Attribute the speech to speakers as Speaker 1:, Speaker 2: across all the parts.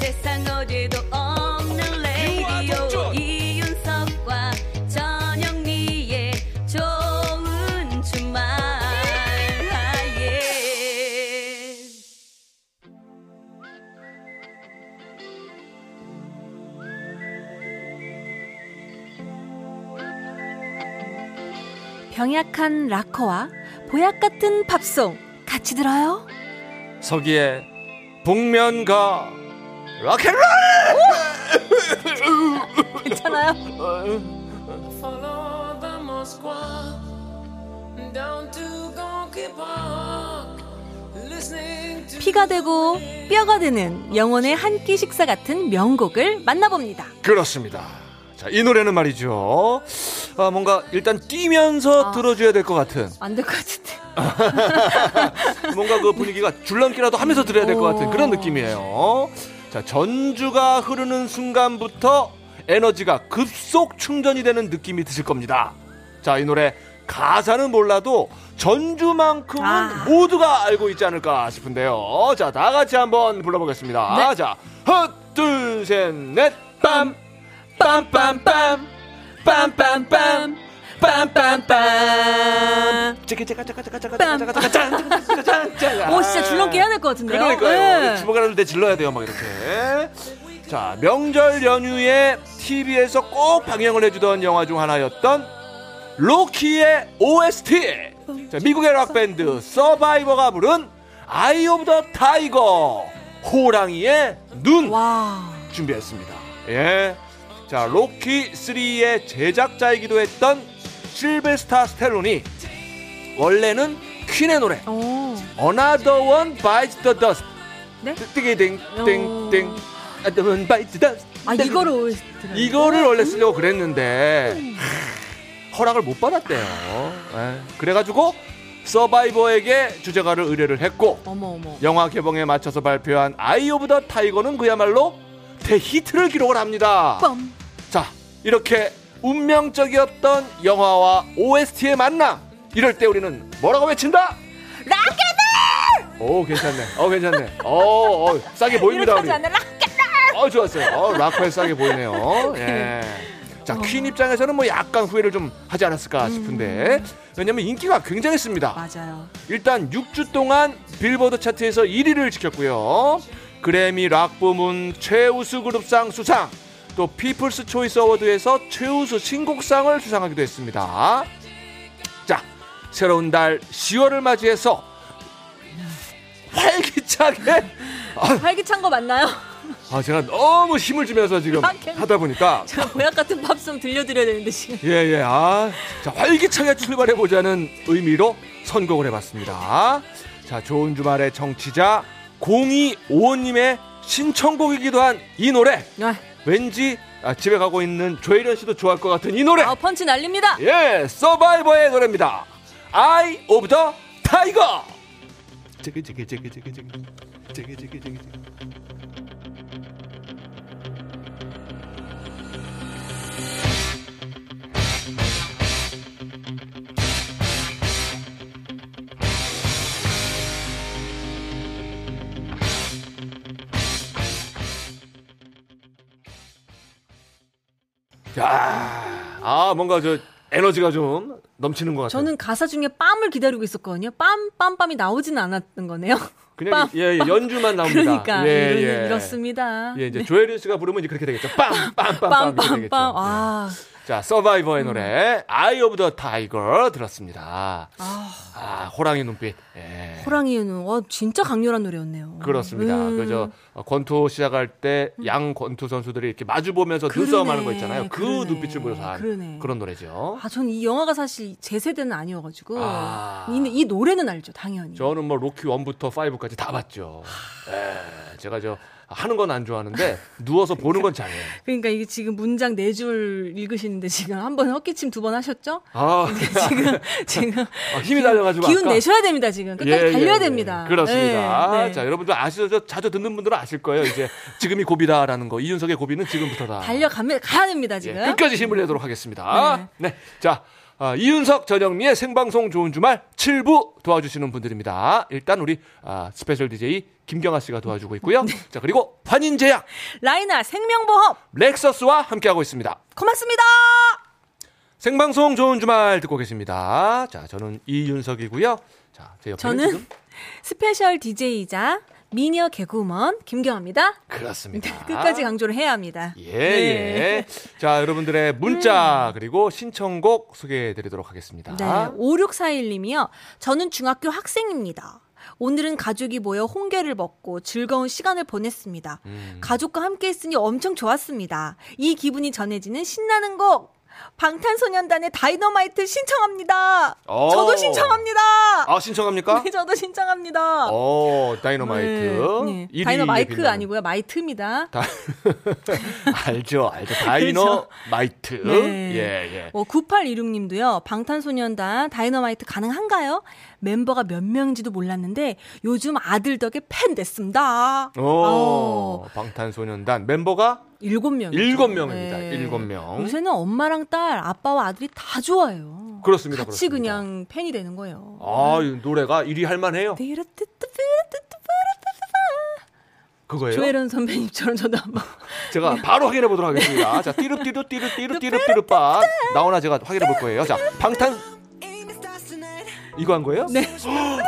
Speaker 1: 세상 어디도 없는 레이디오
Speaker 2: 동전.
Speaker 1: 이윤석과 전영미의 좋은 주말 아, 예. 병약한 락커와 보약 같은 팝송 같이 들어요.
Speaker 3: 서기의 복면가 락앤롤
Speaker 1: 괜찮아요?
Speaker 4: Follow the Moscow down to Gonky Park. Listening to
Speaker 1: 피가 되고 뼈가 되는 영혼의 한 끼 식사 같은 명곡을 만나봅니다.
Speaker 3: 그렇습니다. 자, 이 노래는 말이죠. 아, 뭔가 일단 뛰면서
Speaker 1: 아.
Speaker 3: 들어줘야 될 것 같은
Speaker 1: 안 될 것 같은데.
Speaker 3: 뭔가 그 분위기가 줄넘기라도 하면서 들어야 될 것 같은 그런
Speaker 1: 오.
Speaker 3: 느낌이에요. 자, 전주가 흐르는 순간부터 에너지가 급속 충전이 되는 느낌이 드실 겁니다. 자, 이 노래 가사는 몰라도 전주만큼은
Speaker 1: 아.
Speaker 3: 모두가 알고 있지 않을까 싶은데요. 자, 다 같이 한번 불러보겠습니다.
Speaker 1: 네.
Speaker 3: 자, 헛, 둘, 셋, 넷, 빰, 빰, 빰, 빰, 빰, 빰, 빰, 빰, 빰,
Speaker 1: 아,
Speaker 3: 빰. 짜가짜가짜가짜가짜가짜가짜가짜가짜가짜가.
Speaker 1: 오, 진짜 줄넘기 해야 될 것 같은데요?
Speaker 3: 아, 그러니까요.
Speaker 1: 네.
Speaker 3: 주먹을 할때 질러야 돼요, 막 이렇게. 자, 명절 연휴에 TV에서 꼭 방영을 해주던 영화 중 하나였던 로키의 OST. 자, 미국의 락 밴드 서바이버가 부른 아이 오브 더 타이거 호랑이의 눈.
Speaker 1: 와.
Speaker 3: 준비했습니다. 예. 자, 로키 3의 제작자이기도 했던 실베스타 스텔론이 원래는 퀸의 노래
Speaker 1: 오.
Speaker 3: Another One Bites the Dust.
Speaker 1: 네?
Speaker 3: 띵띵띵띵띵. Another One Bites the Dust. 네.
Speaker 1: 아, 이거를 음. OST로.
Speaker 3: 이거를 원래 쓰려고 그랬는데 하, 허락을 못 받았대요. 예. 그래가지고 서바이버에게 주제가를 의뢰를 했고
Speaker 1: 어머, 어머.
Speaker 3: 영화 개봉에 맞춰서 발표한 아이 오브 더 타이거는 그야말로 대히트를 기록을 합니다.
Speaker 1: 뻔.
Speaker 3: 자, 이렇게 운명적이었던 영화와 OST의 만남. 이럴 때 우리는 뭐라고 외친다?
Speaker 1: 락앤롤!
Speaker 3: 오, 괜찮네. 어, 괜찮네. 어, 어, 싸게 보입니다,
Speaker 1: 이렇게
Speaker 3: 우리.
Speaker 1: 하지 않나? 락앤롤!
Speaker 3: 어, 좋았어요. 어, 락커에 싸게 보이네요. 예. 자,
Speaker 1: 어.
Speaker 3: 퀸 입장에서는 뭐 약간 후회를 좀 하지 않았을까 싶은데.
Speaker 1: 음.
Speaker 3: 왜냐면 인기가 굉장했습니다.
Speaker 1: 맞아요.
Speaker 3: 일단 6주 동안 빌보드 차트에서 1위를 지켰고요. 그래미 락 부문 최우수 그룹상 수상, 또 피플스 초이스 어워드에서 최우수 신곡상을 수상하기도 했습니다. 자, 새로운 달 10월을 맞이해서 활기차게 아,
Speaker 1: 활기찬 거 맞나요?
Speaker 3: 아, 제가 너무 힘을 주면서 지금 하다 보니까
Speaker 1: 제가 보약 같은 팝송 들려드려야 되는데, 지금.
Speaker 3: 예, 예. 아, 자, 활기차게 출발해보자는 의미로 선곡을 해봤습니다. 자, 좋은 주말의 정치자 0255님의 신청곡이기도 한 이 노래.
Speaker 1: 아,
Speaker 3: 왠지 아, 집에 가고 있는 조혜련 씨도 좋아할 것 같은 이 노래.
Speaker 1: 아, 펀치 날립니다.
Speaker 3: 예, 서바이버의 노래입니다. Eye of the Tiger. 야, 아 뭔가 저 에너지가 좀 넘치는 것 같아요.
Speaker 1: 저는 가사 중에 빰을 기다리고 있었거든요. 빰, 빰빰이 나오진 않았던 거네요.
Speaker 3: 그냥 예, 예, 연주만 나옵니다.
Speaker 1: 그러니까.
Speaker 3: 예,
Speaker 1: 이런-
Speaker 3: 예.
Speaker 1: 이렇습니다. 네.
Speaker 3: 예, 이제 조혜린 씨가 부르면 이제 그렇게 되겠죠. 빰빰빰빰 이렇게
Speaker 1: 빰빰빰.
Speaker 3: 되겠죠. 예.
Speaker 1: 아,
Speaker 3: 자, 서바이버의 노래 Eye of the Tiger 들었습니다.
Speaker 1: 아,
Speaker 3: 아, 호랑이 눈빛. 예.
Speaker 1: 호랑이는 와 진짜 강렬한 노래였네요.
Speaker 3: 그렇습니다.
Speaker 1: 음.
Speaker 3: 그저 어, 권투 시작할 때 양 권투 선수들이 이렇게 마주 보면서
Speaker 1: 그러네.
Speaker 3: 눈싸움 하는 거 있잖아요. 그
Speaker 1: 그러네.
Speaker 3: 눈빛을 보여서 한
Speaker 1: 그러네.
Speaker 3: 그런 노래죠.
Speaker 1: 아, 저는 이 영화가 사실 제 세대는 아니어가지고
Speaker 3: 아.
Speaker 1: 이, 이 노래는 알죠, 당연히.
Speaker 3: 저는 뭐 로키 1부터 5까지 다 봤죠. 예, 제가 저 하는 건 안 좋아하는데 누워서 보는 건 잘해요.
Speaker 1: 그러니까 이게 지금 문장 네 줄 읽으시는데 지금 한 번 헛기침 두 번 하셨죠?
Speaker 3: 아,
Speaker 1: 지금 지금
Speaker 3: 아, 힘이 달려가지고
Speaker 1: 네. 기운
Speaker 3: 아까-
Speaker 1: 내셔야 됩니다 지금 끝까지
Speaker 3: 예, 예,
Speaker 1: 달려야
Speaker 3: 예.
Speaker 1: 됩니다.
Speaker 3: 그렇습니다.
Speaker 1: 네, 네.
Speaker 3: 자, 여러분들 아시죠? 저 자주 듣는 분들은 아실 거예요. 이제 지금이 고비다라는 거. 이윤석의 고비는 지금부터다.
Speaker 1: 달려가면 가야 됩니다
Speaker 3: 예,
Speaker 1: 지금.
Speaker 3: 끝까지 힘을 내도록 하겠습니다. 네. 자, 아, 이윤석, 전영미의 생방송 좋은 주말 7부 도와주시는 분들입니다. 일단 우리 아, 스페셜 DJ 김경아 씨가 도와주고 있고요.
Speaker 1: 네.
Speaker 3: 자, 그리고 환인제약
Speaker 1: 라이나 생명보험
Speaker 3: 렉서스와 함께하고 있습니다.
Speaker 1: 고맙습니다.
Speaker 3: 예, 생방송 좋은 주말 듣고 계십니다. 자, 저는 이윤석이고요. 자, 제 옆에
Speaker 1: 저는
Speaker 3: 지금
Speaker 1: 스페셜 DJ이자 미녀 개그우먼 김경아입니다.
Speaker 3: 그렇습니다.
Speaker 1: 네, 끝까지 강조를 해야 합니다. 네.
Speaker 3: 예, 예. 자, 여러분들의 문자 그리고 신청곡 소개해 드리도록 하겠습니다.
Speaker 1: 음. 네, 5641님이요. 저는 중학교 학생입니다. 오늘은 가족이 모여 홍게를 먹고 즐거운 시간을 보냈습니다.
Speaker 3: 음.
Speaker 1: 가족과 함께 있으니 엄청 좋았습니다. 이 기분이 전해지는 신나는 곡! 방탄소년단의 다이너마이트 신청합니다!
Speaker 3: 오.
Speaker 1: 저도 신청합니다!
Speaker 3: 아, 어. 신청합니까?
Speaker 1: 네, 저도 신청합니다.
Speaker 3: 어, 다이너마이트.
Speaker 1: 네, 네.
Speaker 3: 일이
Speaker 1: 다이너마이크
Speaker 3: 빛나는.
Speaker 1: 아니고요. 마이트입니다.
Speaker 3: 다... 알죠, 알죠. 다이너마이트.
Speaker 1: 네.
Speaker 3: 예, 예.
Speaker 1: 어, 9826님도요, 방탄소년단 다이너마이트 가능한가요? 멤버가 몇 명인지도 몰랐는데, 요즘 아들 덕에 팬 됐습니다.
Speaker 3: 오,
Speaker 1: 어.
Speaker 3: 방탄소년단 멤버가
Speaker 1: 일곱 명.
Speaker 3: 일곱 명입니다. 일곱 명.
Speaker 1: 요새는 엄마랑 딸, 아빠와 아들이 다 좋아해요.
Speaker 3: 그렇습니다.
Speaker 1: 같이
Speaker 3: 그렇습니다.
Speaker 1: 그냥 팬이 되는 거예요.
Speaker 3: 아, 이 노래가 일위 할만해요.
Speaker 1: 네.
Speaker 3: 그거예요.
Speaker 1: 조혜련 선배님처럼 저도 한번.
Speaker 3: 제가
Speaker 1: 네.
Speaker 3: 바로 확인해 보도록 하겠습니다. 자, 띠릅띠릅 띠릅 띠릅 띠릅 띠릅 빠 나오나 제가 확인해 볼 거예요. 자, 방탄 이거 한 거예요?
Speaker 1: 네.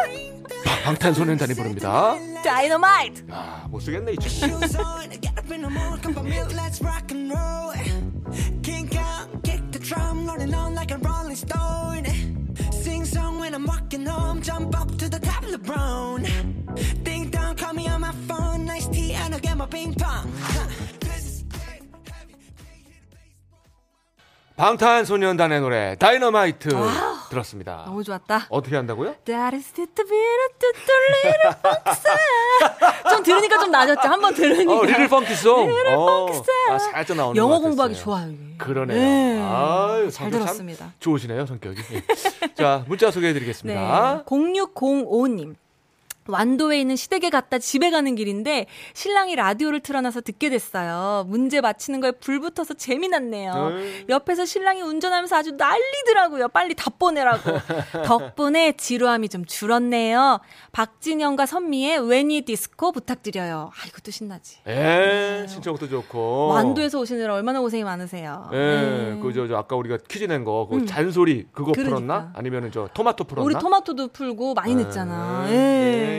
Speaker 3: 방- 방탄소년단이 부릅니다.
Speaker 1: 다이너마이트!
Speaker 3: 아, 못 쓰겠네 이 친구.
Speaker 2: shoes on. Get up in the morning, come by me, let's rock and roll. Kink out, kick the drum, rolling on like a rolling stone. Sing song when I'm walking home, jump up to the top of LeBron. Ding dong, call me on my phone, nice tea, and I'll get my ping pong. Huh. This is dead heavy.
Speaker 3: 방탄소년단의 노래 다이너마이트 들었습니다.
Speaker 1: 너무 좋았다.
Speaker 3: 어떻게 한다고요?
Speaker 1: That is the little, little, little fox. 좀 들으니까 좀 나아졌죠? 한번 들으니까.
Speaker 3: 어, 리틀 펑키송.
Speaker 1: 그러니까. 리틀
Speaker 3: 어,
Speaker 1: 펑키송.
Speaker 3: 아, 살짝 나오는 것
Speaker 1: 영어
Speaker 3: 같았어요.
Speaker 1: 공부하기 좋아요. 이게.
Speaker 3: 그러네요.
Speaker 1: 네.
Speaker 3: 아유,
Speaker 1: 잘
Speaker 3: 성격 참
Speaker 1: 들었습니다.
Speaker 3: 좋으시네요, 성격이. 예. 자, 문자 소개해
Speaker 1: 네.
Speaker 3: 드리겠습니다.
Speaker 1: 0605님. 완도에 있는 시댁에 갔다 집에 가는 길인데 신랑이 라디오를 틀어놔서 듣게 됐어요. 문제 맞히는 거에 불 붙어서 재미났네요.
Speaker 3: 네.
Speaker 1: 옆에서 신랑이 운전하면서 아주 난리더라고요. 빨리 답 보내라고. 덕분에 지루함이 좀 줄었네요. 박진영과 선미의 웬이 디스코 부탁드려요. 아 이것도 신나지.
Speaker 3: 예, 신청도 좋고.
Speaker 1: 완도에서 오시느라 얼마나 고생이 많으세요.
Speaker 3: 예,
Speaker 1: 네. 음.
Speaker 3: 그저 저 아까 우리가 퀴즈 낸 거, 그 잔소리 그거
Speaker 1: 그러니까.
Speaker 3: 풀었나? 아니면은 저 토마토 풀었나?
Speaker 1: 우리 토마토도 풀고 많이 냈잖아.
Speaker 3: 예, 예, 예.
Speaker 1: 예.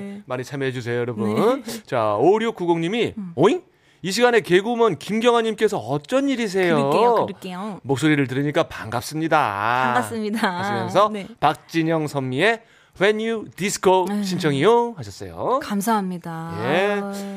Speaker 1: 네.
Speaker 3: 많이 참여해 주세요, 여러분. 자, 5690님이
Speaker 1: 음.
Speaker 3: 오잉? 이 시간에 개구먼 김경아 님께서 어쩐 일이세요?
Speaker 1: 그럴게요, 그럴게요.
Speaker 3: 목소리를 들으니까 반갑습니다.
Speaker 1: 반갑습니다.
Speaker 3: 하시면서
Speaker 1: 네.
Speaker 3: 박진영 선미의 When You Disco
Speaker 1: 음.
Speaker 3: 신청이요 하셨어요.
Speaker 1: 감사합니다. 어.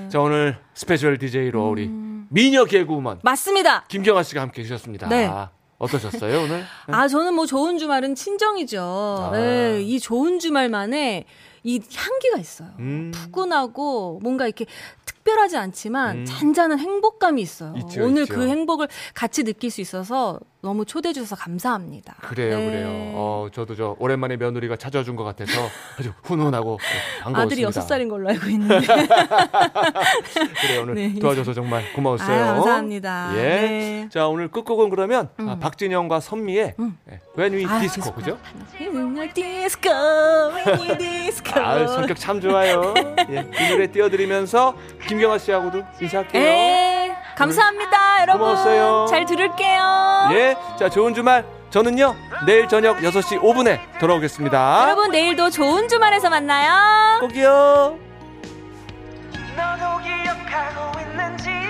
Speaker 3: 예. 자, 오늘 스페셜 DJ로 우리 미녀 개구먼
Speaker 1: 맞습니다.
Speaker 3: 김경아 씨가 함께 해주셨습니다.
Speaker 1: 음. 네.
Speaker 3: 어떠셨어요, 오늘?
Speaker 1: 아 저는 뭐 좋은 주말은 친정이죠.
Speaker 3: 아.
Speaker 1: 예, 이 좋은 주말만에 이 향기가 있어요.
Speaker 3: 음.
Speaker 1: 푸근하고 뭔가 이렇게 특별하지 않지만 잔잔한 행복감이 있어요.
Speaker 3: 음. 있죠,
Speaker 1: 오늘
Speaker 3: 있죠.
Speaker 1: 그 행복을 같이 느낄 수 있어서 너무 초대해 주셔서 감사합니다.
Speaker 3: 그래요,
Speaker 1: 네.
Speaker 3: 그래요. 어, 저도 저 오랜만에 며느리가 찾아준 것 같아서 아주 훈훈하고 네, 반가웠습니다.
Speaker 1: 아들이 여섯 살인 걸로 알고 있는데
Speaker 3: 그래 오늘
Speaker 1: 네.
Speaker 3: 도와줘서 정말 고마웠어요.
Speaker 1: 아유, 감사합니다.
Speaker 3: 예.
Speaker 1: 네. 음.
Speaker 3: 자 오늘 끝곡은 그러면 아, 박진영과 선미의 예, When We
Speaker 1: 아,
Speaker 3: Disco
Speaker 1: 디스코.
Speaker 3: 그죠?
Speaker 1: 디스코, 디스코.
Speaker 3: 아 성격 참 좋아요. 예, 이 노래 띄워드리면서 김경아 씨하고도 인사할게요.
Speaker 1: 예, 감사합니다, 여러분.
Speaker 3: 네. 고마웠어요.
Speaker 1: 잘 들을게요.
Speaker 3: 예. 자 좋은 주말. 저는요 내일 저녁 6시 5분에 돌아오겠습니다.
Speaker 1: 여러분 내일도 좋은 주말에서 만나요.
Speaker 3: 꼭이요.
Speaker 2: 너도 기억하고 있는지